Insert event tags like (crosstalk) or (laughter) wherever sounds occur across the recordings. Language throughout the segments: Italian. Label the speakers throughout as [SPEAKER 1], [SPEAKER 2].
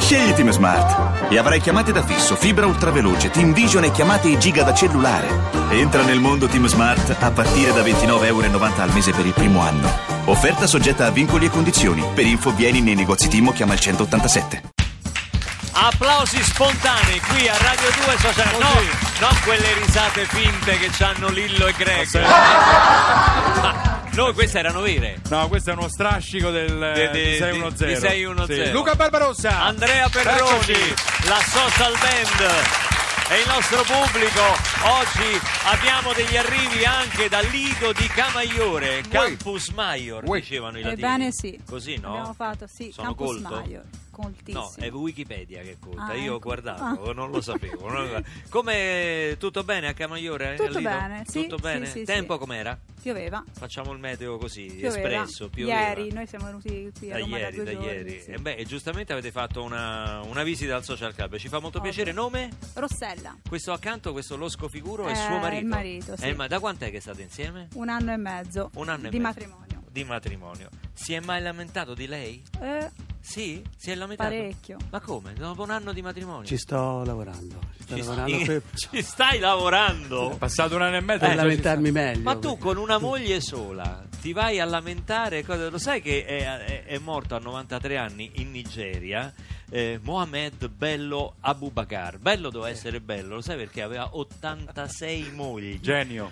[SPEAKER 1] Scegli Team Smart e avrai chiamate da fisso, fibra ultraveloce, Team Vision e chiamate e giga da cellulare. Entra nel mondo Team Smart a partire da 29,90 euro al mese per il primo anno. Offerta soggetta a vincoli e condizioni. Per info vieni nei negozi Team o chiama il 187.
[SPEAKER 2] Applausi spontanei qui a Radio 2 Social. No, non quelle risate finte che hanno Lillo e (laughs) Greco. Ma Noi queste erano vere.
[SPEAKER 3] No, questo è uno strascico del eh,
[SPEAKER 2] Di-
[SPEAKER 3] di,
[SPEAKER 2] di-
[SPEAKER 3] 610.
[SPEAKER 2] di 610.
[SPEAKER 3] Sì. Luca Barbarossa.
[SPEAKER 2] Andrea Perroni,
[SPEAKER 3] Eccoci.
[SPEAKER 2] la social band e il nostro pubblico. Oggi abbiamo degli arrivi anche da Lido di Camaiore, Campus Maior,
[SPEAKER 3] Ui.
[SPEAKER 2] dicevano i latini.
[SPEAKER 4] Ebbene sì.
[SPEAKER 2] Così no?
[SPEAKER 4] Abbiamo fatto, sì,
[SPEAKER 2] Sono
[SPEAKER 4] Campus
[SPEAKER 2] colto?
[SPEAKER 4] Maio, coltissimo.
[SPEAKER 2] No, è Wikipedia che conta,
[SPEAKER 4] Ah,
[SPEAKER 2] io ho
[SPEAKER 4] ecco.
[SPEAKER 2] guardato,
[SPEAKER 4] Ah.
[SPEAKER 2] non lo sapevo.
[SPEAKER 4] (laughs)
[SPEAKER 2] non- Come tutto bene a Camaiore? eh,
[SPEAKER 4] Tutto
[SPEAKER 2] Lido?
[SPEAKER 4] bene, sì,
[SPEAKER 2] Tutto
[SPEAKER 4] sì,
[SPEAKER 2] bene?
[SPEAKER 4] sì, sì.
[SPEAKER 2] Tempo com'era?
[SPEAKER 4] Pioveva,
[SPEAKER 2] Facciamo il meteo così,
[SPEAKER 4] pioveva.
[SPEAKER 2] espresso, più
[SPEAKER 4] Ieri, noi siamo venuti qui
[SPEAKER 2] da
[SPEAKER 4] a Roma
[SPEAKER 2] ieri,
[SPEAKER 4] da
[SPEAKER 2] da
[SPEAKER 4] due giorni,
[SPEAKER 2] ieri.
[SPEAKER 4] sì.
[SPEAKER 2] E beh, e giustamente avete fatto una, una visita al social club. Ci fa molto
[SPEAKER 4] Ovvio.
[SPEAKER 2] piacere. Nome?
[SPEAKER 4] Rossella,
[SPEAKER 2] Questo accanto, questo losco figuro, è
[SPEAKER 4] Eh,
[SPEAKER 2] suo marito.
[SPEAKER 4] il marito, sì.
[SPEAKER 2] Eh, ma da quant'è che state insieme?
[SPEAKER 4] un anno e mezzo
[SPEAKER 2] Un anno e
[SPEAKER 4] di
[SPEAKER 2] mezzo.
[SPEAKER 4] matrimonio.
[SPEAKER 2] Di matrimonio. Si è mai lamentato di lei?
[SPEAKER 4] Eh,
[SPEAKER 2] Sì? Si è lamentato?
[SPEAKER 4] parecchio.
[SPEAKER 2] Ma come? Dopo un anno di matrimonio?
[SPEAKER 5] Ci sto lavorando. Ci sto
[SPEAKER 2] Ci
[SPEAKER 5] lavorando
[SPEAKER 2] stai- (laughs)
[SPEAKER 5] per,
[SPEAKER 2] ci stai lavorando?
[SPEAKER 3] È passato un anno e mezzo.
[SPEAKER 5] per
[SPEAKER 2] Eh,
[SPEAKER 3] già ci
[SPEAKER 5] lamentarmi meglio.
[SPEAKER 2] Ma tu con una moglie sola ti vai a lamentare? cosa- Lo sai che è, è- è morto a 93 anni in Nigeria eh, Mohamed Bello Abubakar. Bello doveva essere bello, lo sai perché aveva
[SPEAKER 5] (laughs)
[SPEAKER 2] 86 mogli,
[SPEAKER 3] sta.
[SPEAKER 5] Cioè
[SPEAKER 3] Genio.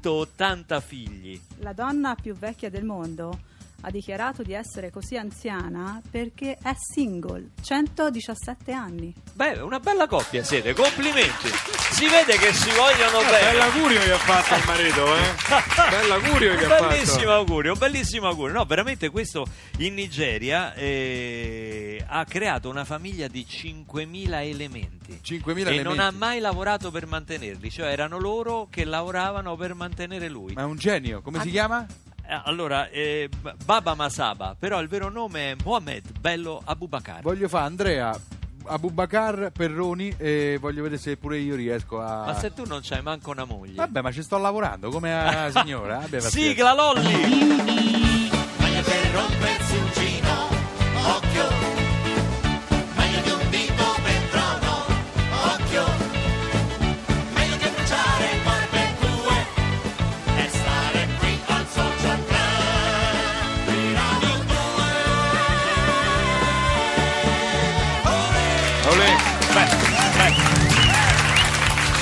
[SPEAKER 2] 180 figli.
[SPEAKER 4] La donna più vecchia del mondo ha dichiarato di essere così anziana perché è single, 117 anni.
[SPEAKER 2] Beh, una bella coppia siete, complimenti. Si vede che si vogliono bene.
[SPEAKER 3] Bell'augurio che ha fatto il
[SPEAKER 2] (laughs)
[SPEAKER 3] marito, eh. Bell'augurio che ha fatto.
[SPEAKER 2] bellissimo augurio, bellissimo augurio. No, veramente questo in Nigeria eh, ha creato una famiglia di 5.000 elementi.
[SPEAKER 3] 5.000
[SPEAKER 2] e
[SPEAKER 3] elementi.
[SPEAKER 2] non ha mai lavorato per mantenerli, cioè erano loro che lavoravano per mantenere lui.
[SPEAKER 3] Ma è un genio. Come si chiama?
[SPEAKER 2] Eh, Allora, eh, B- Baba Masaba, però il vero nome è Mohamed Bello Abubakar.
[SPEAKER 3] Voglio fare Andrea Abubakar Perroni e voglio vedere se pure io riesco a
[SPEAKER 2] Ma se tu non c'hai manco una moglie.
[SPEAKER 3] Vabbè, ma ci sto lavorando
[SPEAKER 2] (laughs)
[SPEAKER 3] come a signora. Abbia pazienza.
[SPEAKER 2] Sigla Lolli!
[SPEAKER 6] meglio per rompersi un cino, occhio, meglio di un dito per trono, occhio, meglio che bruciare barbecue e stare qui al social club di Radio 2.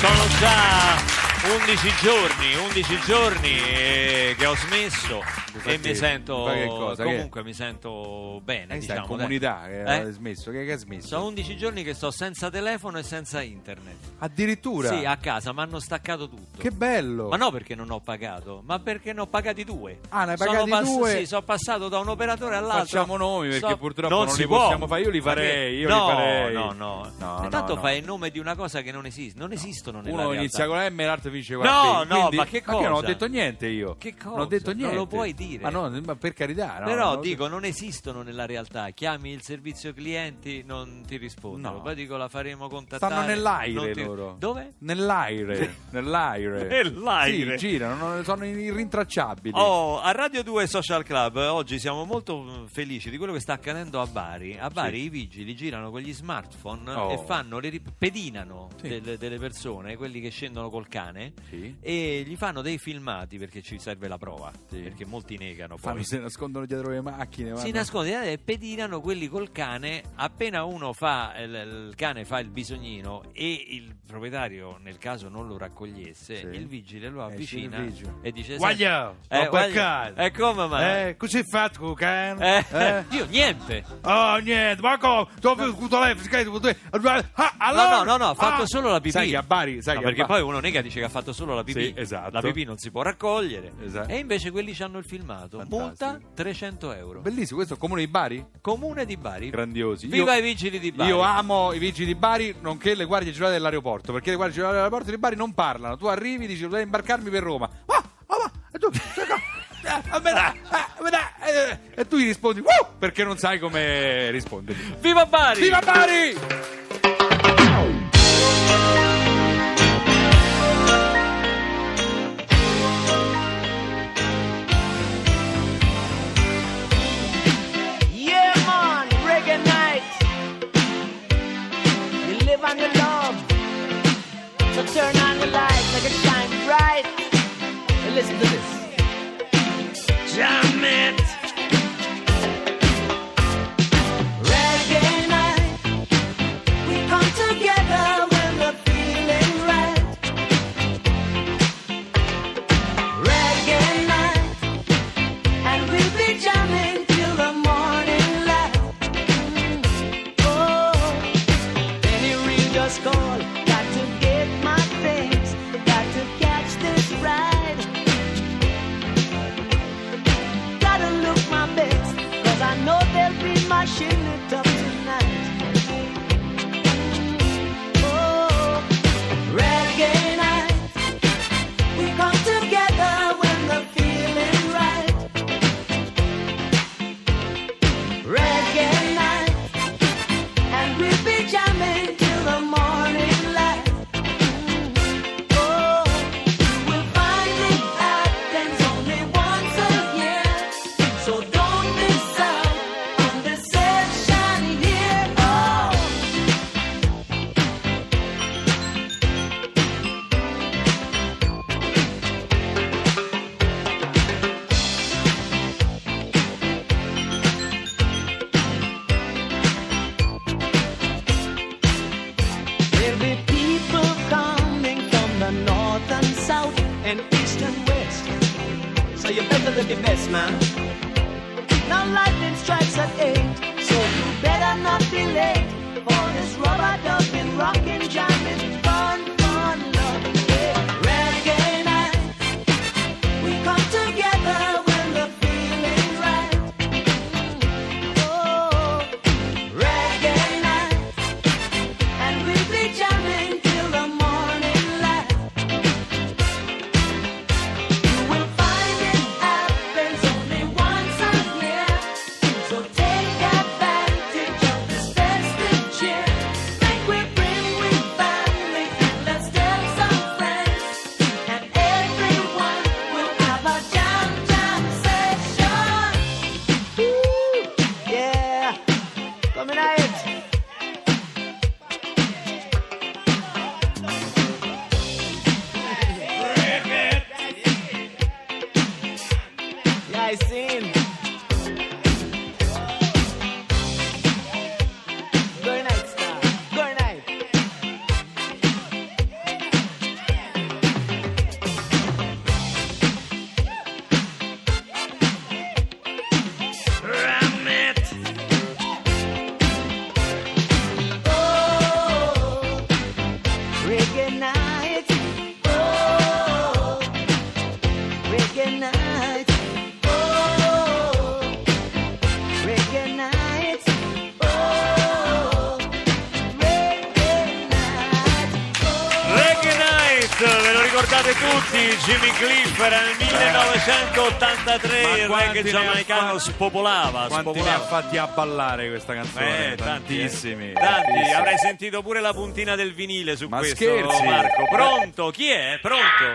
[SPEAKER 2] Sono già 11 giorni, 11 giorni eh, che ho smesso e
[SPEAKER 3] Infatti,
[SPEAKER 2] mi sento
[SPEAKER 3] ma che cosa,
[SPEAKER 2] comunque mi sento bene,
[SPEAKER 3] Eh, sta
[SPEAKER 2] diciamo,
[SPEAKER 3] in comunità
[SPEAKER 2] dai.
[SPEAKER 3] che
[SPEAKER 2] Eh?
[SPEAKER 3] ha smesso. Che, che ha smesso?
[SPEAKER 2] Sono 11 giorni che sto senza telefono e senza internet.
[SPEAKER 3] Addirittura.
[SPEAKER 2] Sì, a casa, mi hanno staccato tutto.
[SPEAKER 3] Che bello.
[SPEAKER 2] Ma no perché non ho pagato, ma perché ne ho pagati due.
[SPEAKER 3] Ah, ne hai
[SPEAKER 2] Sono
[SPEAKER 3] pagati due?
[SPEAKER 2] Sì, sono passato da un operatore all'altro.
[SPEAKER 3] Facciamo nomi, perché purtroppo non
[SPEAKER 2] si
[SPEAKER 3] li
[SPEAKER 2] può.
[SPEAKER 3] possiamo fare. Io li farei, io li
[SPEAKER 2] no,
[SPEAKER 3] farei.
[SPEAKER 2] No, no,
[SPEAKER 3] No,
[SPEAKER 2] E Tanto
[SPEAKER 3] no, no.
[SPEAKER 2] fai il nome di una cosa che non esiste. Non esistono nella
[SPEAKER 3] Uno
[SPEAKER 2] realtà.
[SPEAKER 3] inizia con la M e l'altro finisce con
[SPEAKER 2] No,
[SPEAKER 3] la P.
[SPEAKER 2] no,
[SPEAKER 3] Quindi-
[SPEAKER 2] ma che
[SPEAKER 3] io non ho
[SPEAKER 2] cosa?
[SPEAKER 3] detto niente io.
[SPEAKER 2] Che
[SPEAKER 3] Non ho
[SPEAKER 2] cosa?
[SPEAKER 3] detto
[SPEAKER 2] Non lo
[SPEAKER 3] niente.
[SPEAKER 2] puoi dire.
[SPEAKER 3] Ma no, ma per carità. no,
[SPEAKER 2] Però
[SPEAKER 3] no,
[SPEAKER 2] dico, non esistono nella realtà. Chiami il servizio clienti, non ti rispondono.
[SPEAKER 3] No.
[SPEAKER 2] Poi dico, la faremo contattare.
[SPEAKER 3] Stanno
[SPEAKER 2] non
[SPEAKER 3] nell'aire
[SPEAKER 2] ti-
[SPEAKER 3] loro.
[SPEAKER 2] Dove?
[SPEAKER 3] Nell'aire. nell'aire.
[SPEAKER 2] (laughs) Nell'aire.
[SPEAKER 3] Sì, girano, non- sono irrintracciabili.
[SPEAKER 2] Oh, a Radio 2 Social Club eh, oggi siamo molto mm, felici di quello che sta accadendo a Bari. A Bari i vigili girano con gli smartphone
[SPEAKER 3] Oh.
[SPEAKER 2] e fanno le rip- pedinano
[SPEAKER 3] Sì.
[SPEAKER 2] delle, delle persone, quelli che scendono col cane
[SPEAKER 3] Sì.
[SPEAKER 2] e gli fanno dei filmati perché ci serve la prova,
[SPEAKER 3] Sì.
[SPEAKER 2] perché molti negano poi.
[SPEAKER 3] Fanno, si nascondono dietro le
[SPEAKER 2] si
[SPEAKER 3] macchine. vanno-
[SPEAKER 2] nascondono e pedinano quelli col cane. Appena uno fa eh, il, il cane fa il bisognino e il proprietario, nel caso non lo raccogliesse,
[SPEAKER 3] Sì.
[SPEAKER 2] il vigile lo
[SPEAKER 3] Esce il
[SPEAKER 2] avvicina
[SPEAKER 3] vigile.
[SPEAKER 2] e dice:
[SPEAKER 7] Guagliò,
[SPEAKER 3] Eh,
[SPEAKER 2] "Senti,
[SPEAKER 7] ho
[SPEAKER 2] guagliò,
[SPEAKER 7] beccato."
[SPEAKER 2] E come mai?
[SPEAKER 7] Eh, così fatto con cane?
[SPEAKER 2] Eh, (laughs) Io niente.
[SPEAKER 7] Oh, niente, ma come? Sto con telefono, scherzo, con te. Ah,
[SPEAKER 2] No, no,
[SPEAKER 7] allora?
[SPEAKER 2] no, no, ha fatto
[SPEAKER 7] Ah.
[SPEAKER 2] solo la pipì.
[SPEAKER 3] Sai che a Bari, sai
[SPEAKER 2] No,
[SPEAKER 3] che a
[SPEAKER 2] perché
[SPEAKER 3] Bari-
[SPEAKER 2] poi uno nega dice che ha fatto solo la pipì.
[SPEAKER 3] Sì, esatto.
[SPEAKER 2] La pipì non si può raccogliere.
[SPEAKER 3] Esatto.
[SPEAKER 2] E invece quelli ci hanno il filmato.
[SPEAKER 3] Fantastico.
[SPEAKER 2] Multa 300 euro.
[SPEAKER 3] Bellissimo, questo è il comune di Bari?
[SPEAKER 2] Comune di Bari.
[SPEAKER 3] Grandiosi.
[SPEAKER 2] Viva
[SPEAKER 3] Io-
[SPEAKER 2] i vigili di Bari.
[SPEAKER 3] Io amo i vigili di Bari, nonché le guardie giurate dell'aeroporto, perché le guardie giurate dell'aeroporto di Bari non parlano. Tu arrivi, dici volevo imbarcarmi per Roma. Ah, ah, ma, e tu,
[SPEAKER 2] (laughs)
[SPEAKER 3] eh, ah, me dai, eh, me dai, eh, e tu gli rispondi, "Wow", perché non sai come rispondere.
[SPEAKER 2] Viva Bari!
[SPEAKER 3] Viva Bari!
[SPEAKER 8] Yeah, man, reggae night.
[SPEAKER 9] Listen to this. Jamet.
[SPEAKER 10] Reggae night, we come together when we're feeling right. Reggae night, and we'll be jamming till the morning light. Oh, any reader's call, got to get my things, got to catch this ride. Gotta look my best, cause I know they'll be mashing it up tonight. Oh, reggae night. We come together when the feeling right. Reggae night. And we'll be jamming till the morning light. Oh, you will find it happens only once a year. So don't miss out on the session here. Oh, There'll be people coming from the north and south and east and west. So you better live your best, man. Now lightning strikes at eight, so you better not be late for this rubber dubbing, rockin' jamming, fun, fun, loving day. Reggae night, we come together when the feeling right. Oh, reggae night. And we'll be jamming till the morning light. You will find it happens only once a year. So take advantage of this festive cheer. Make we bring with family and let's tell some friends. And everyone will have a jam jam session.
[SPEAKER 9] Yeah. Coming out. Yeah, I seen. Good night, star. Good night.
[SPEAKER 10] Oh,
[SPEAKER 9] Reggae night.
[SPEAKER 10] oh,
[SPEAKER 9] Reggae night.
[SPEAKER 10] oh.
[SPEAKER 9] Reggae night.
[SPEAKER 2] Reggae Night, ve lo ricordate tutti, Jimmy Cliff era nel 1983,
[SPEAKER 3] Eh. Ma
[SPEAKER 2] il
[SPEAKER 3] quanti
[SPEAKER 2] reggae
[SPEAKER 3] ne ha
[SPEAKER 2] giamaicano
[SPEAKER 3] fatti?
[SPEAKER 2] spopolava,
[SPEAKER 3] Quanti ne ha
[SPEAKER 2] spopolava.
[SPEAKER 3] fatti a ballare questa canzone?
[SPEAKER 2] Eh, tantissimi,
[SPEAKER 3] eh.
[SPEAKER 2] tanti, avrei sentito pure la puntina del vinile su
[SPEAKER 3] Ma
[SPEAKER 2] questo
[SPEAKER 3] scherzi?
[SPEAKER 2] Marco. Pronto? Chi è? Pronto?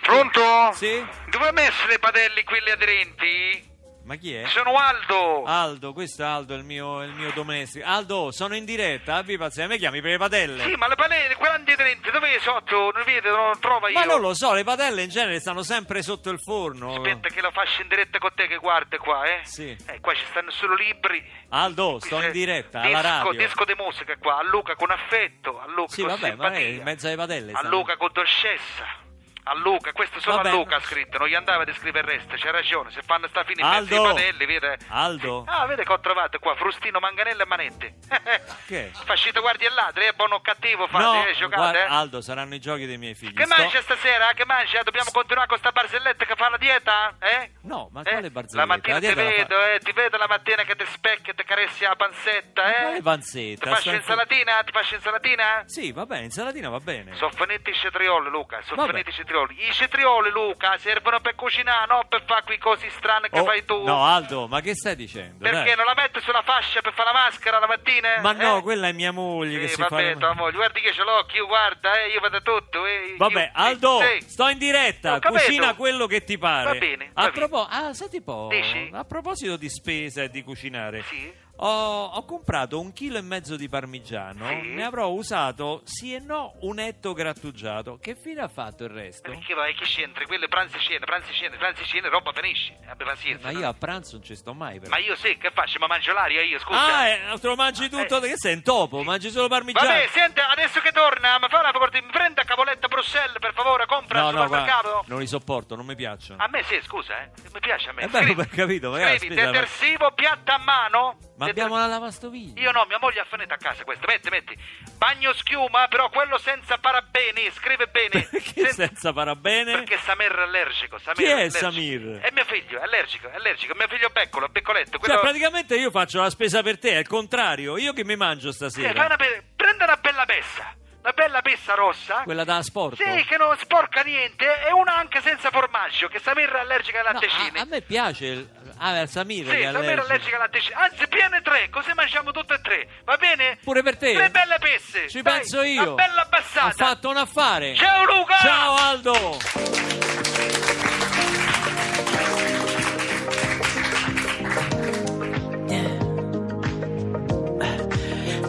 [SPEAKER 7] Pronto?
[SPEAKER 2] Sì?
[SPEAKER 7] Dove ha messo le padelle quelle aderenti?
[SPEAKER 2] Ma chi è?
[SPEAKER 7] Sono Aldo.
[SPEAKER 2] Aldo, questo è Aldo, il mio, il mio domestico. Aldo, sono in diretta, abbi pazienza, mi chiami per le
[SPEAKER 7] Sì,
[SPEAKER 2] padelle?
[SPEAKER 7] ma le padelle, quelle aderenti, dove sotto? Non vede, non trova io.
[SPEAKER 2] Ma non lo so, le padelle in genere stanno sempre sotto il forno.
[SPEAKER 7] Aspetta che la faccio in diretta con te che guarda qua, eh.
[SPEAKER 2] Sì.
[SPEAKER 7] Eh, qua ci stanno solo libri.
[SPEAKER 2] Aldo,
[SPEAKER 7] Qui
[SPEAKER 2] sto
[SPEAKER 7] c'è
[SPEAKER 2] in diretta,
[SPEAKER 7] disco,
[SPEAKER 2] alla radio.
[SPEAKER 7] Disco di musica qua, a Luca con affetto, a Luca
[SPEAKER 2] Sì,
[SPEAKER 7] con
[SPEAKER 2] vabbè, ma eh, è in
[SPEAKER 7] simpatia,
[SPEAKER 2] mezzo alle padelle.
[SPEAKER 7] a
[SPEAKER 2] stanno.
[SPEAKER 7] Luca con dolcezza, a Luca, questo solo
[SPEAKER 2] Vabbè.
[SPEAKER 7] a Luca ha scritto, non gli andava di scrivere il resto, c'ha ragione, se fanno sta fine in mezzo
[SPEAKER 2] Aldo!
[SPEAKER 7] ai patelli, vede?
[SPEAKER 2] Aldo!
[SPEAKER 7] Ah, vede che ho trovato qua, frustino, manganello e manette. (laughs)
[SPEAKER 2] Che?
[SPEAKER 7] Fascito guardi e ladri, è buono o cattivo, fate,
[SPEAKER 2] No,
[SPEAKER 7] eh, giocate,
[SPEAKER 2] guarda,
[SPEAKER 7] eh.
[SPEAKER 2] Aldo, saranno i giochi dei miei figli.
[SPEAKER 7] Che
[SPEAKER 2] Sto-
[SPEAKER 7] mangia stasera? Che mangia? Dobbiamo continuare con sta barzelletta che fa la dieta? Eh?
[SPEAKER 2] No, ma
[SPEAKER 7] Eh?
[SPEAKER 2] quale barzelletta?
[SPEAKER 7] La mattina
[SPEAKER 2] La
[SPEAKER 7] ti
[SPEAKER 2] dieta la fa-
[SPEAKER 7] vedo, eh, ti vedo la mattina che ti specchi e ti caressi la panzetta, eh?
[SPEAKER 2] quale panzetta?
[SPEAKER 7] Ti faccio
[SPEAKER 2] Sto in-
[SPEAKER 7] insalatina? Ti faccio insalatina?
[SPEAKER 2] Sì, va bene, insalatina va bene.
[SPEAKER 7] Sono finiti i cetrioli, Luca, sono
[SPEAKER 2] Vabbè.
[SPEAKER 7] finiti i cetrioli. I cetrioli, Luca, servono per cucinare, non per fare quei cosi strani che
[SPEAKER 2] Oh,
[SPEAKER 7] fai tu.
[SPEAKER 2] No, Aldo, ma che stai dicendo?
[SPEAKER 7] Perché
[SPEAKER 2] Dai.
[SPEAKER 7] non la metti sulla fascia per fare la maschera la mattina?
[SPEAKER 2] Ma no,
[SPEAKER 7] eh?
[SPEAKER 2] quella è mia moglie che
[SPEAKER 7] Sì,
[SPEAKER 2] si
[SPEAKER 7] vabbè,
[SPEAKER 2] fa...
[SPEAKER 7] tua moglie, guardi che ce l'occhio, guarda, eh, io vedo tutto. eh,
[SPEAKER 2] Vabbè,
[SPEAKER 7] io-
[SPEAKER 2] Aldo,
[SPEAKER 7] Sì.
[SPEAKER 2] sto in diretta,
[SPEAKER 7] Ho capito.
[SPEAKER 2] cucina quello che ti pare.
[SPEAKER 7] Va bene, va
[SPEAKER 2] a
[SPEAKER 7] bene.
[SPEAKER 2] proposito, ah, senti un po',
[SPEAKER 7] Dici?
[SPEAKER 2] a proposito di spesa e di cucinare.
[SPEAKER 7] Sì?
[SPEAKER 2] Ho, ho comprato un chilo e mezzo di parmigiano,
[SPEAKER 7] Sì.
[SPEAKER 2] ne avrò usato sì e no un etto grattugiato. Che fine ha fatto il resto?
[SPEAKER 7] Perché vai, che c'entri? Quelle pranzi scene, pranzi scene, pranzi scene, roba finisci. Abbi pazienza.
[SPEAKER 2] Ma
[SPEAKER 7] no?
[SPEAKER 2] io a pranzo non ci sto mai. Però.
[SPEAKER 7] Ma io sì, che faccio? Ma mangio l'aria io, scusa.
[SPEAKER 2] Ah, eh, te lo mangi tutto?
[SPEAKER 7] Eh.
[SPEAKER 2] Che sei un topo? Mangi solo parmigiano?
[SPEAKER 7] Vabbè, senta, adesso che torna, mi fa una corte, mi prenda cavoletta Bruxelles, per favore, compra
[SPEAKER 2] no,
[SPEAKER 7] al
[SPEAKER 2] no,
[SPEAKER 7] supermercato.
[SPEAKER 2] guarda, non li sopporto, non mi piacciono.
[SPEAKER 7] A me sì, scusa, eh. Mi piace a me.
[SPEAKER 2] Eh beh,
[SPEAKER 7] Scrivi-
[SPEAKER 2] ho capito, ma
[SPEAKER 7] Scrivi,
[SPEAKER 2] aspetta, ma-
[SPEAKER 7] detersivo, piatta a mano.
[SPEAKER 2] Ma
[SPEAKER 7] Deter-
[SPEAKER 2] abbiamo la lavastoviglie. (laughs)
[SPEAKER 7] Io no, mia moglie ha finito a casa questa. Metti, metti. Bagno schiuma, però quello senza parabeni. Scrive bene.
[SPEAKER 2] (laughs) Perché
[SPEAKER 7] Sen-
[SPEAKER 2] senza parabene?
[SPEAKER 7] Perché Samir è allergico. Samir
[SPEAKER 2] Chi è
[SPEAKER 7] allergico.
[SPEAKER 2] Samir?
[SPEAKER 7] È mio figlio, è allergico, è allergico. Mio figlio piccolo, piccoletto.
[SPEAKER 2] Cioè,
[SPEAKER 7] Quello...
[SPEAKER 2] praticamente io faccio la spesa per te, è il contrario. Io che mi mangio
[SPEAKER 7] Sì, fai
[SPEAKER 2] stasera?
[SPEAKER 7] una be- Prende una bella pessa. Una bella pessa rossa.
[SPEAKER 2] Quella da asporto?
[SPEAKER 7] Sì, che non sporca niente. E una anche senza formaggio, che Samir è allergica ai
[SPEAKER 2] No,
[SPEAKER 7] latticini.
[SPEAKER 2] a, a me piace il... Ah, il Samir
[SPEAKER 7] Sì,
[SPEAKER 2] che è
[SPEAKER 7] la mera allergica alla tesi. Anzi, piene tre, così mangiamo tutte e tre. Va bene?
[SPEAKER 2] Pure per te?
[SPEAKER 7] Tre belle pesse.
[SPEAKER 2] Ci
[SPEAKER 7] Dai,
[SPEAKER 2] penso io.
[SPEAKER 7] Una bella
[SPEAKER 2] Ho
[SPEAKER 7] abbassata.
[SPEAKER 2] fatto un affare.
[SPEAKER 7] Ciao Luca!
[SPEAKER 2] Ciao Aldo!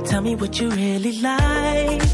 [SPEAKER 11] Tell me what you really like.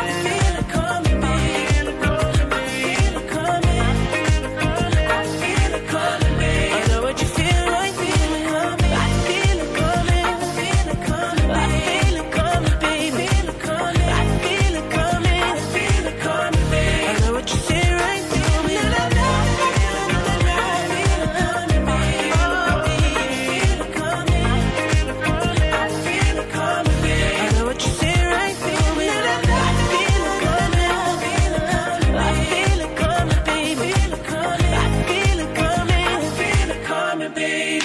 [SPEAKER 11] I feel it coming, babe. I feel it coming. I feel it coming, babe. I know what you feel like. I feel it coming. I feel it coming. I feel it coming, baby. I feel it coming. I feel it coming, babe. I know what you feel right through me. I feel it coming, babe. I feel it coming. I feel it coming. I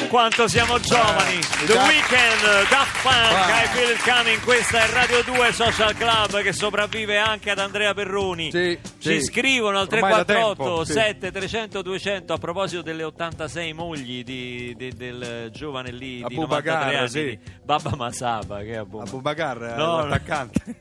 [SPEAKER 2] quanto siamo giovani. The
[SPEAKER 3] Daft-
[SPEAKER 2] Weeknd, Daft Punk,
[SPEAKER 3] Ah.
[SPEAKER 2] I Feel It Coming, questa è Radio 2 Social Club che sopravvive anche ad Andrea Perroni.
[SPEAKER 3] Sì,
[SPEAKER 2] Ci
[SPEAKER 3] sì.
[SPEAKER 2] scrivono al
[SPEAKER 3] Ormai da
[SPEAKER 2] 348
[SPEAKER 3] tempo, sì.
[SPEAKER 2] 7 300 200 a proposito delle 86 mogli di- di- del giovane lì di
[SPEAKER 3] Abu
[SPEAKER 2] 93
[SPEAKER 3] Bakar,
[SPEAKER 2] anni,
[SPEAKER 3] sì.
[SPEAKER 2] di Baba Masaba che è Abu
[SPEAKER 3] Abubakar è
[SPEAKER 2] No, no.
[SPEAKER 3] l'attaccante.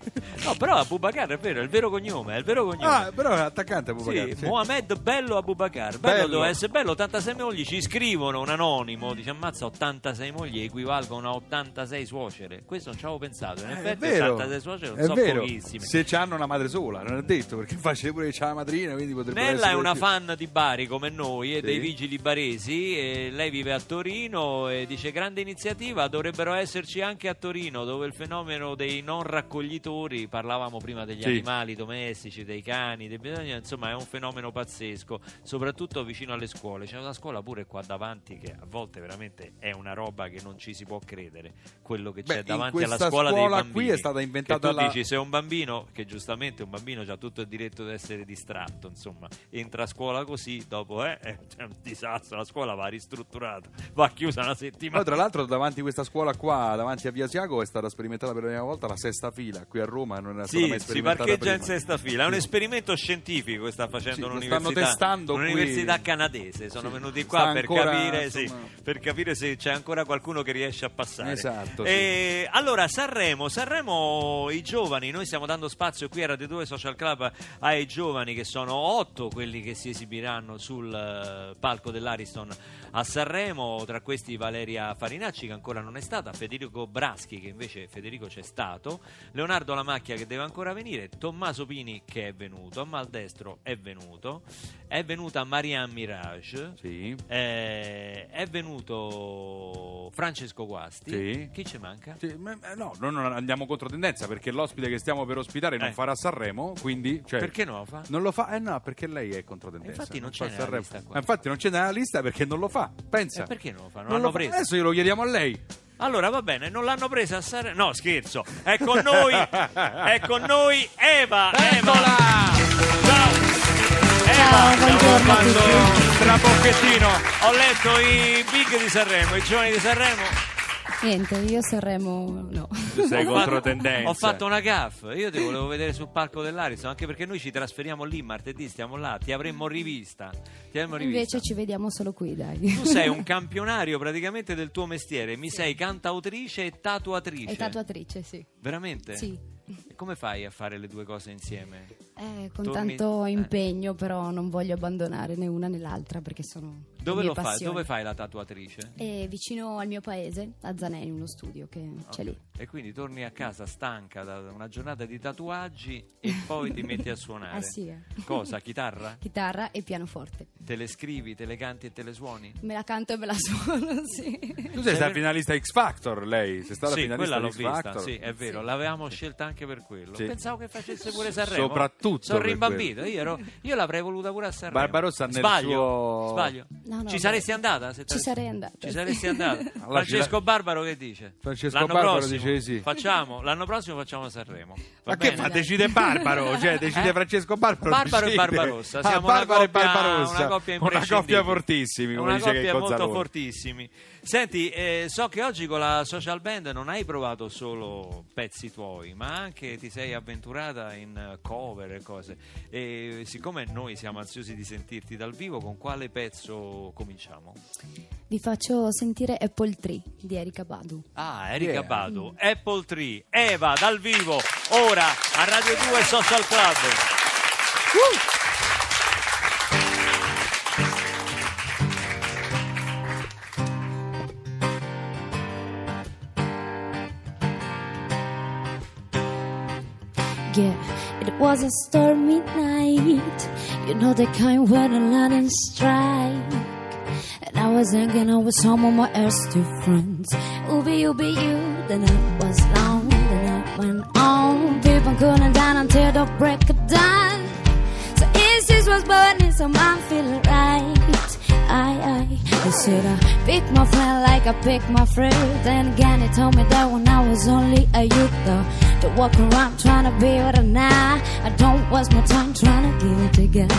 [SPEAKER 2] No, però Abubakar è vero, è il vero cognome, è il vero cognome.
[SPEAKER 3] Ah, però è attaccante Abubakar.
[SPEAKER 2] Sì,
[SPEAKER 3] sì.
[SPEAKER 2] Mohamed Bello Abubakar. Bello,
[SPEAKER 3] Bello.
[SPEAKER 2] doveva essere bello. 86 mogli ci scrivono un anonimo. Dice ammazza 86 mogli equivalgono a 86 suocere. Questo non ci avevo pensato. In
[SPEAKER 3] Eh,
[SPEAKER 2] effetti, 86 suocere non
[SPEAKER 3] è
[SPEAKER 2] so
[SPEAKER 3] vero.
[SPEAKER 2] pochissime.
[SPEAKER 3] Se hanno una madre sola, non è detto perché (laughs) facile pure che c'ha la madrina, quindi potrebbe
[SPEAKER 2] Nella
[SPEAKER 3] essere
[SPEAKER 2] è una
[SPEAKER 3] più.
[SPEAKER 2] fan di Bari come noi e
[SPEAKER 3] Sì.
[SPEAKER 2] dei vigili baresi, e lei vive a Torino e dice grande iniziativa, dovrebbero esserci anche a Torino dove il fenomeno dei non raccoglitori, parlavamo prima degli
[SPEAKER 3] Sì.
[SPEAKER 2] animali domestici, dei cani, dei bisogni, insomma è un fenomeno pazzesco, soprattutto vicino alle scuole, c'è una scuola pure qua davanti che a volte veramente è una roba che non ci si può credere, quello che
[SPEAKER 3] Beh,
[SPEAKER 2] c'è
[SPEAKER 3] in
[SPEAKER 2] davanti alla
[SPEAKER 3] questa
[SPEAKER 2] scuola, dei
[SPEAKER 3] scuola qui
[SPEAKER 2] bambini.
[SPEAKER 3] è stata
[SPEAKER 2] Che
[SPEAKER 3] inventata
[SPEAKER 2] tu
[SPEAKER 3] la-
[SPEAKER 2] dici, se un bambino, che giustamente un bambino ha tutto il diritto di essere distratto, insomma, entra a scuola così, dopo eh, (laughs) eh, c'è un disastro, la scuola va ristrutturata, va chiusa una settimana.
[SPEAKER 3] Poi, tra l'altro, davanti a questa scuola qua, davanti a Via Siago, è stata sperimentata per la prima volta la sesta fila. Qui a Roma non era stata
[SPEAKER 2] Sì,
[SPEAKER 3] mai
[SPEAKER 2] si
[SPEAKER 3] sperimentata
[SPEAKER 2] parcheggia in
[SPEAKER 3] prima.
[SPEAKER 2] sesta fila, è un
[SPEAKER 3] Sì.
[SPEAKER 2] esperimento scientifico che sta
[SPEAKER 3] Sì,
[SPEAKER 2] facendo
[SPEAKER 3] lo
[SPEAKER 2] un'università,
[SPEAKER 3] stanno testando qui.
[SPEAKER 2] un'università canadese, sono
[SPEAKER 3] Sì,
[SPEAKER 2] venuti
[SPEAKER 3] sta
[SPEAKER 2] qua per,
[SPEAKER 3] ancora,
[SPEAKER 2] capire, sì,
[SPEAKER 3] insomma-
[SPEAKER 2] per capire se c'è ancora qualcuno che riesce a passare.
[SPEAKER 3] Esatto, sì.
[SPEAKER 2] E allora Sanremo, Sanremo i giovani, noi stiamo dando spazio qui a Radio 2 Social Club ai giovani che sono otto quelli che si esibiranno sul eh, palco dell'Ariston a Sanremo, tra questi Valeria Farinacci che ancora non è stata, Federico Braschi che invece Federico c'è stato, Leonardo Lamacchia che deve ancora venire, Tommaso Pini che è venuto, a Maldestro è venuto, è venuta Marianne Mirage.
[SPEAKER 3] Sì.
[SPEAKER 2] Eh, è venuto Francesco Guasti.
[SPEAKER 3] Sì.
[SPEAKER 2] Chi ci manca?
[SPEAKER 3] Sì, ma- ma no, noi non andiamo contro tendenza perché l'ospite che stiamo per ospitare non
[SPEAKER 2] Eh.
[SPEAKER 3] farà Sanremo, quindi cioè,
[SPEAKER 2] Perché non lo fa?
[SPEAKER 3] Non lo fa? Eh no, perché lei è contro tendenza.
[SPEAKER 2] Infatti non c'è
[SPEAKER 3] fa
[SPEAKER 2] nella
[SPEAKER 3] Sanremo.
[SPEAKER 2] lista qua.
[SPEAKER 3] Ma infatti non c'è nella lista perché non lo fa. Pensa.
[SPEAKER 2] Eh, perché non lo fa? Non,
[SPEAKER 3] Non
[SPEAKER 2] l'hanno
[SPEAKER 3] lo fa.
[SPEAKER 2] preso.
[SPEAKER 3] Adesso glielo chiediamo a lei.
[SPEAKER 2] Allora va bene, non l'hanno presa a Sanremo. No, scherzo. È con noi, è con noi Eva. Eva. Ciao. Eva, stiamo parlando-
[SPEAKER 3] Tra pochettino.
[SPEAKER 2] Ho letto i big di Sanremo, i giovani di Sanremo.
[SPEAKER 12] Niente, io Sanremo no.
[SPEAKER 2] Ho fatto-
[SPEAKER 3] controtendenza.
[SPEAKER 2] Ho fatto una gaffe. Io ti volevo vedere sul palco dell'Ariston, anche perché noi ci trasferiamo lì martedì, stiamo là, ti avremmo rivista. Ti avremmo rivista.
[SPEAKER 12] Invece ci vediamo solo qui, dai.
[SPEAKER 2] Tu sei un campionario praticamente del tuo mestiere, mi sei cantautrice e tatuatrice.
[SPEAKER 12] E tatuatrice, sì.
[SPEAKER 2] Veramente?
[SPEAKER 12] Sì.
[SPEAKER 2] E come fai a fare le due cose insieme?
[SPEAKER 12] Eh, con
[SPEAKER 2] Torni-
[SPEAKER 12] tanto
[SPEAKER 2] eh.
[SPEAKER 12] impegno, però non voglio abbandonare né una né l'altra perché sono. le
[SPEAKER 2] Dove
[SPEAKER 12] mie
[SPEAKER 2] lo fai?
[SPEAKER 12] passioni.
[SPEAKER 2] Dove fai la tatuatrice?
[SPEAKER 12] Eh, vicino al mio paese, a Zanei, uno studio che c'è
[SPEAKER 2] Ok.
[SPEAKER 12] lì.
[SPEAKER 2] E quindi torni a casa stanca da una giornata di tatuaggi e poi ti
[SPEAKER 12] (laughs)
[SPEAKER 2] metti a suonare.
[SPEAKER 12] Eh sì, eh.
[SPEAKER 2] Cosa? Chitarra?
[SPEAKER 12] Chitarra e pianoforte.
[SPEAKER 2] Te le scrivi, te le canti e te le suoni?
[SPEAKER 12] Me la canto e me la (laughs) suono, sì.
[SPEAKER 3] Tu sei stata finalista X Factor, lei. Sei stata
[SPEAKER 2] Eh, sì,
[SPEAKER 3] finalista
[SPEAKER 2] quella l'ho
[SPEAKER 3] di X
[SPEAKER 2] vista,
[SPEAKER 3] Factor.
[SPEAKER 2] sì, è vero,
[SPEAKER 12] Sì.
[SPEAKER 2] l'avevamo scelta anche per quello.
[SPEAKER 3] Sì.
[SPEAKER 2] Pensavo che facesse pure Sanremo.
[SPEAKER 3] Soprattutto
[SPEAKER 2] Sono
[SPEAKER 3] per
[SPEAKER 2] rimbambito, io, ero- io l'avrei voluta pure a Sanremo.
[SPEAKER 3] Barbarossa nel
[SPEAKER 2] sbaglio,
[SPEAKER 3] suo-
[SPEAKER 2] sbaglio.
[SPEAKER 12] No, no,
[SPEAKER 2] Ci
[SPEAKER 12] beh.
[SPEAKER 2] saresti andata? se te-
[SPEAKER 12] Ci sarei andata,
[SPEAKER 2] Ci
[SPEAKER 12] sì.
[SPEAKER 2] saresti
[SPEAKER 3] (laughs)
[SPEAKER 2] andata.
[SPEAKER 12] (laughs)
[SPEAKER 2] Ah.
[SPEAKER 3] Allora, ci
[SPEAKER 2] Francesco Barbaro che dice?
[SPEAKER 3] Francesco
[SPEAKER 2] L'anno
[SPEAKER 3] Barbaro
[SPEAKER 2] prossimo
[SPEAKER 3] dice di sì.
[SPEAKER 2] Facciamo, l'anno prossimo facciamo Sanremo. Va
[SPEAKER 3] Ma che
[SPEAKER 2] bene?
[SPEAKER 3] fa?
[SPEAKER 2] (laughs)
[SPEAKER 3] Decide Barbaro, cioè decide
[SPEAKER 2] Eh?
[SPEAKER 3] Francesco Barbaro.
[SPEAKER 2] Barbaro e
[SPEAKER 3] decide.
[SPEAKER 2] Barbarossa,
[SPEAKER 3] Ah,
[SPEAKER 2] siamo una
[SPEAKER 3] Barbaro e
[SPEAKER 2] coppia-
[SPEAKER 3] Barbarossa.
[SPEAKER 2] una coppia
[SPEAKER 3] Una
[SPEAKER 2] imprescindibile.
[SPEAKER 3] coppia fortissimi, come
[SPEAKER 2] una
[SPEAKER 3] dice
[SPEAKER 2] coppia
[SPEAKER 3] Checco
[SPEAKER 2] molto
[SPEAKER 3] Zalone.
[SPEAKER 2] fortissimi. Senti, eh, so che oggi con la social band non hai provato solo pezzi tuoi, ma anche ti sei avventurata in eh, cover e cose. E siccome noi siamo ansiosi di sentirti dal vivo, con quale pezzo cominciamo?
[SPEAKER 12] Vi faccio sentire Apple Tree di Erika Badu.
[SPEAKER 2] Ah, Erika
[SPEAKER 3] Yeah.
[SPEAKER 2] Badu, Apple Tree, Eva dal vivo, ora a Radio 2 Social Club.
[SPEAKER 11] Yeah, it was a stormy night. You know the kind when the lightning strike. And I was hanging out with some of my ex two friends. Ubi, ubi, you. The night was long, the night went on. People couldn't dine until the break of dawn. So is this was burning, so I'm feeling right. I, I, they said I pick my friend like I pick my fruit. Then again, they told me that when I was only a youth, though, to walk around trying to be what I'm not. I don't waste my time trying to give it to God.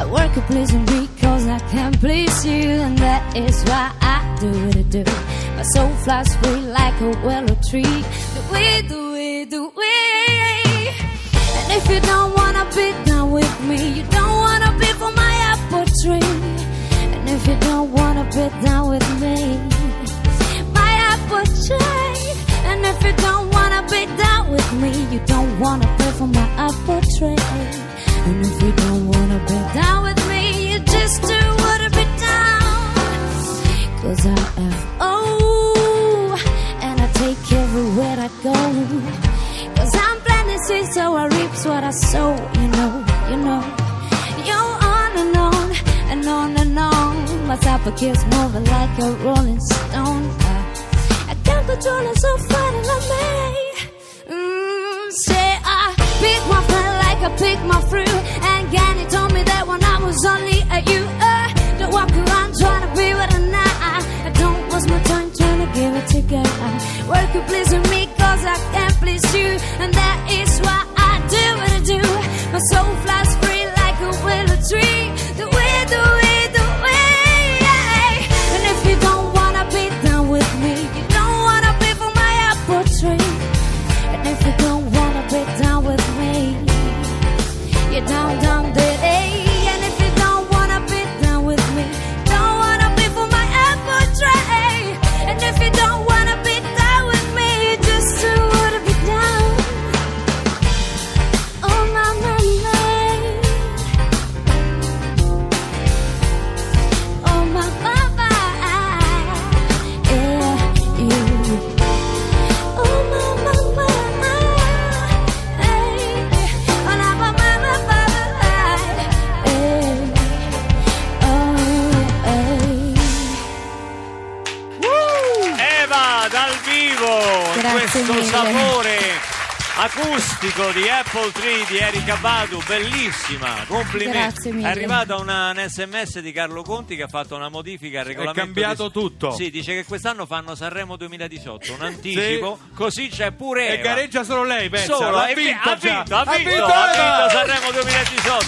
[SPEAKER 11] I work a pleasing because I can please you, and that is why I do.
[SPEAKER 10] do what it do. My soul flies free like a willow tree. Do we, do we, do we? And if you don't wanna be down with me, you don't wanna be for my apple tree. And if you don't wanna be down with me, my apple tree. And if you don't wanna be down with me, you don't wanna be for my apple tree. And if you don't wanna be down with me, you just do wanna be down. Cause I am oh and I take everywhere I go. Cause I'm planting seeds, so I reap what I sow. You know, you know. You're on and on and on and on. My type of keeps moving like a rolling stone. I, I can't control it, so fighting I may. Mm, say I pick my friend like I pick my fruit. And Gany told me that when I was only a you, uh, don't walk around trying to be with a nah. I, I don't waste my time trying to give it to God. Work you pleasing me cause I can't please you. And that is why I do what I do. My soul flies free like a willow tree. The way, the way, the way. And if you don't wanna be down with me, you don't wanna be for my apple tree. And if you don't wanna be down with me, you're down, down there. eh? And if you don't wanna be down with me, don't wanna be for my apple tray. And if you don't wanna be down with me, you just do wanna be down. Oh my, my, my. Oh my, my, my. Yeah, you. Oh my, my, my. Hey. Oh, la, ba, ba, ba, ba, ba. Hey. Oh, hey.
[SPEAKER 2] Eva dal vivo,
[SPEAKER 10] Grazie
[SPEAKER 2] questo
[SPEAKER 10] mille.
[SPEAKER 2] sapore acustico di Apple Tree di Erika Badu, bellissima, complimenti.
[SPEAKER 10] Grazie mille.
[SPEAKER 2] È arrivata una, un sms di Carlo Conti che ha fatto una modifica al regolamento.
[SPEAKER 3] cambiato
[SPEAKER 2] di-
[SPEAKER 3] tutto.
[SPEAKER 2] Sì, dice che quest'anno fanno Sanremo 2018,
[SPEAKER 3] (laughs)
[SPEAKER 2] un anticipo, così c'è pure
[SPEAKER 3] E
[SPEAKER 2] Eva.
[SPEAKER 3] gareggia solo lei, pensa.
[SPEAKER 2] Solo,
[SPEAKER 3] l'ha
[SPEAKER 2] e vi-
[SPEAKER 3] vinto, eh!
[SPEAKER 2] ha
[SPEAKER 3] già.
[SPEAKER 2] vinto, ha vinto, ha vinto, Ah.
[SPEAKER 3] Eva!
[SPEAKER 2] Sanremo 2018,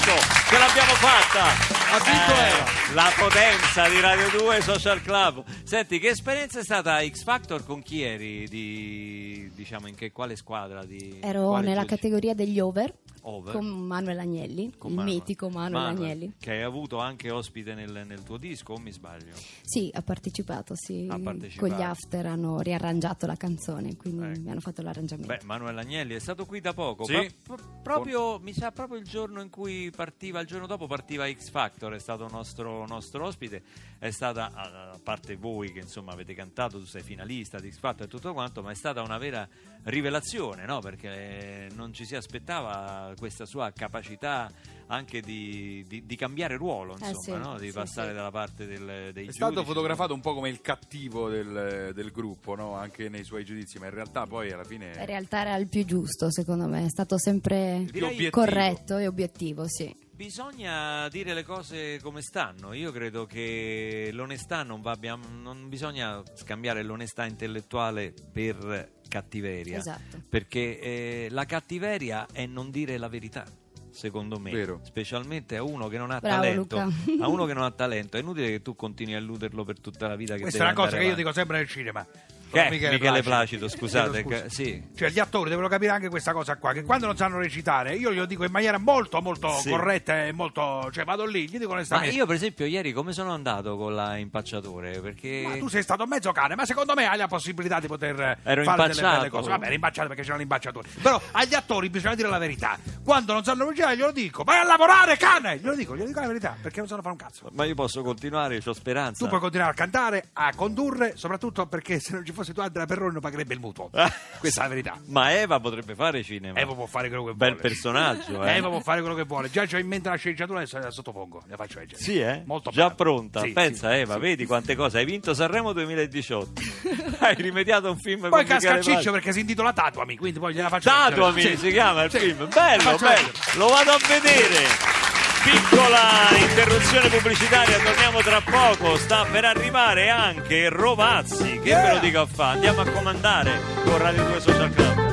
[SPEAKER 2] che l'abbiamo fatta. Ha eh.
[SPEAKER 3] vinto Eva.
[SPEAKER 2] La potenza di Radio 2 Social Club. Senti, che esperienza è stata a X Factor con chi eri? Di, diciamo, in che quale squadra? Di,
[SPEAKER 12] Ero
[SPEAKER 2] quale
[SPEAKER 12] nella
[SPEAKER 2] giudice?
[SPEAKER 12] categoria degli over,
[SPEAKER 2] Over.
[SPEAKER 12] con Manuel Agnelli,
[SPEAKER 2] Con
[SPEAKER 12] il
[SPEAKER 2] Manuel.
[SPEAKER 12] mitico Manuel, Agnelli.
[SPEAKER 2] Che hai avuto anche ospite nel, nel tuo disco, o mi sbaglio?
[SPEAKER 12] Sì, ha partecipato, sì.
[SPEAKER 2] Ha partecipato.
[SPEAKER 12] Con gli after hanno riarrangiato la canzone, quindi
[SPEAKER 2] Ecco.
[SPEAKER 12] mi hanno fatto l'arrangiamento.
[SPEAKER 2] Beh, Manuel Agnelli è stato qui da poco.
[SPEAKER 3] Sì.
[SPEAKER 2] pro- pro- proprio, mi sa proprio il giorno in cui partiva, il giorno dopo partiva X Factor, è stato nostro, nostro ospite. È stata, a a parte voi che insomma avete cantato, tu sei finalista di X Factor e tutto quanto, ma è stata una vera rivelazione, no? Perché eh, non ci si aspettava questa sua capacità anche di, di- di cambiare ruolo,
[SPEAKER 12] Eh,
[SPEAKER 2] insomma,
[SPEAKER 12] sì,
[SPEAKER 2] no? di
[SPEAKER 12] sì,
[SPEAKER 2] passare
[SPEAKER 12] sì.
[SPEAKER 2] dalla parte del, dei
[SPEAKER 13] È stato
[SPEAKER 2] giudici.
[SPEAKER 13] fotografato un po' come il cattivo del, del gruppo, no? anche nei suoi giudizi, ma in realtà poi alla fine...
[SPEAKER 12] In realtà era il più giusto, secondo me, è stato sempre
[SPEAKER 2] eh. più obiettivo.
[SPEAKER 12] corretto e obiettivo, sì.
[SPEAKER 2] Bisogna dire le cose come stanno. Io credo che l'onestà non va abbia- non bisogna scambiare l'onestà intellettuale per cattiveria.
[SPEAKER 12] Esatto.
[SPEAKER 2] Perché eh, la cattiveria è non dire la verità. Secondo me,
[SPEAKER 13] Vero.
[SPEAKER 2] specialmente a uno che non ha
[SPEAKER 12] Bravo,
[SPEAKER 2] talento,
[SPEAKER 12] Luca.
[SPEAKER 2] a uno che
[SPEAKER 12] (laughs)
[SPEAKER 2] non ha talento, è inutile che tu continui a illuderlo per tutta la vita. Che
[SPEAKER 14] Questa è
[SPEAKER 2] deve
[SPEAKER 14] una cosa
[SPEAKER 2] andare
[SPEAKER 14] che io
[SPEAKER 2] avanti.
[SPEAKER 14] dico sempre nel cinema.
[SPEAKER 2] Che
[SPEAKER 14] Con
[SPEAKER 2] è? Michele Placido, scusate,
[SPEAKER 14] Chiedo scusa.
[SPEAKER 2] che- sì.
[SPEAKER 14] Cioè, gli attori devono capire anche questa cosa qua, che quando non sanno recitare, io glielo dico in maniera molto, molto
[SPEAKER 2] Sì.
[SPEAKER 14] corretta e molto... Cioè, vado lì, gli dico
[SPEAKER 2] Ma
[SPEAKER 14] onestamente...
[SPEAKER 2] io, per esempio, ieri come sono andato con la impacciatore? Perché
[SPEAKER 14] Ma tu sei stato mezzo cane, ma secondo me hai la possibilità di poter eh, fare
[SPEAKER 2] Ero
[SPEAKER 14] delle
[SPEAKER 2] impacciato.
[SPEAKER 14] belle cose. Vabbè, rimpacciato perché c'erano impacciatori. Però agli attori bisogna dire la verità. Quando non sanno recitare, glielo dico, vai a lavorare, cane! Glielo dico, glielo dico la verità, perché non sanno fare un cazzo.
[SPEAKER 2] Ma io posso continuare, ho speranza.
[SPEAKER 14] Tu puoi continuare a cantare, a condurre, soprattutto perché se non ci fosse tu Andrea Perroni non pagherebbe il mutuo.
[SPEAKER 2] Ah.
[SPEAKER 14] Questa è la verità.
[SPEAKER 2] Ma Eva potrebbe fare cinema.
[SPEAKER 14] Eva può fare quello che
[SPEAKER 2] Bel
[SPEAKER 14] vuole.
[SPEAKER 2] personaggio, eh.
[SPEAKER 14] Eva può fare quello che vuole. Già c'ho in mente la sceneggiatura adesso la sottopongo. La faccio leggere.
[SPEAKER 2] Sì, eh?
[SPEAKER 14] Molto
[SPEAKER 2] Già
[SPEAKER 14] brava.
[SPEAKER 2] pronta.
[SPEAKER 14] Sì,
[SPEAKER 2] Pensa,
[SPEAKER 14] sì,
[SPEAKER 2] Eva,
[SPEAKER 14] sì.
[SPEAKER 2] vedi quante cose. Hai vinto
[SPEAKER 14] (laughs)
[SPEAKER 2] Sanremo 2018. Hai rimediato un
[SPEAKER 14] Poi
[SPEAKER 2] film eh. con
[SPEAKER 14] casca
[SPEAKER 2] Michele
[SPEAKER 14] il ciccio
[SPEAKER 2] Paglia.
[SPEAKER 14] perché si intitola Tatuami, quindi poi gliela faccio
[SPEAKER 2] Tatuami
[SPEAKER 14] leggere.
[SPEAKER 2] si chiama il
[SPEAKER 14] Sì.
[SPEAKER 2] film.
[SPEAKER 14] La
[SPEAKER 2] Bello,
[SPEAKER 14] faccio
[SPEAKER 2] bello.
[SPEAKER 14] leggere.
[SPEAKER 2] Lo vado a vedere. Piccola interruzione pubblicitaria, torniamo tra poco. Sta per arrivare anche Rovazzi. Che ve lo dico a fare? Andiamo a comandare con Radio 2 Social Club.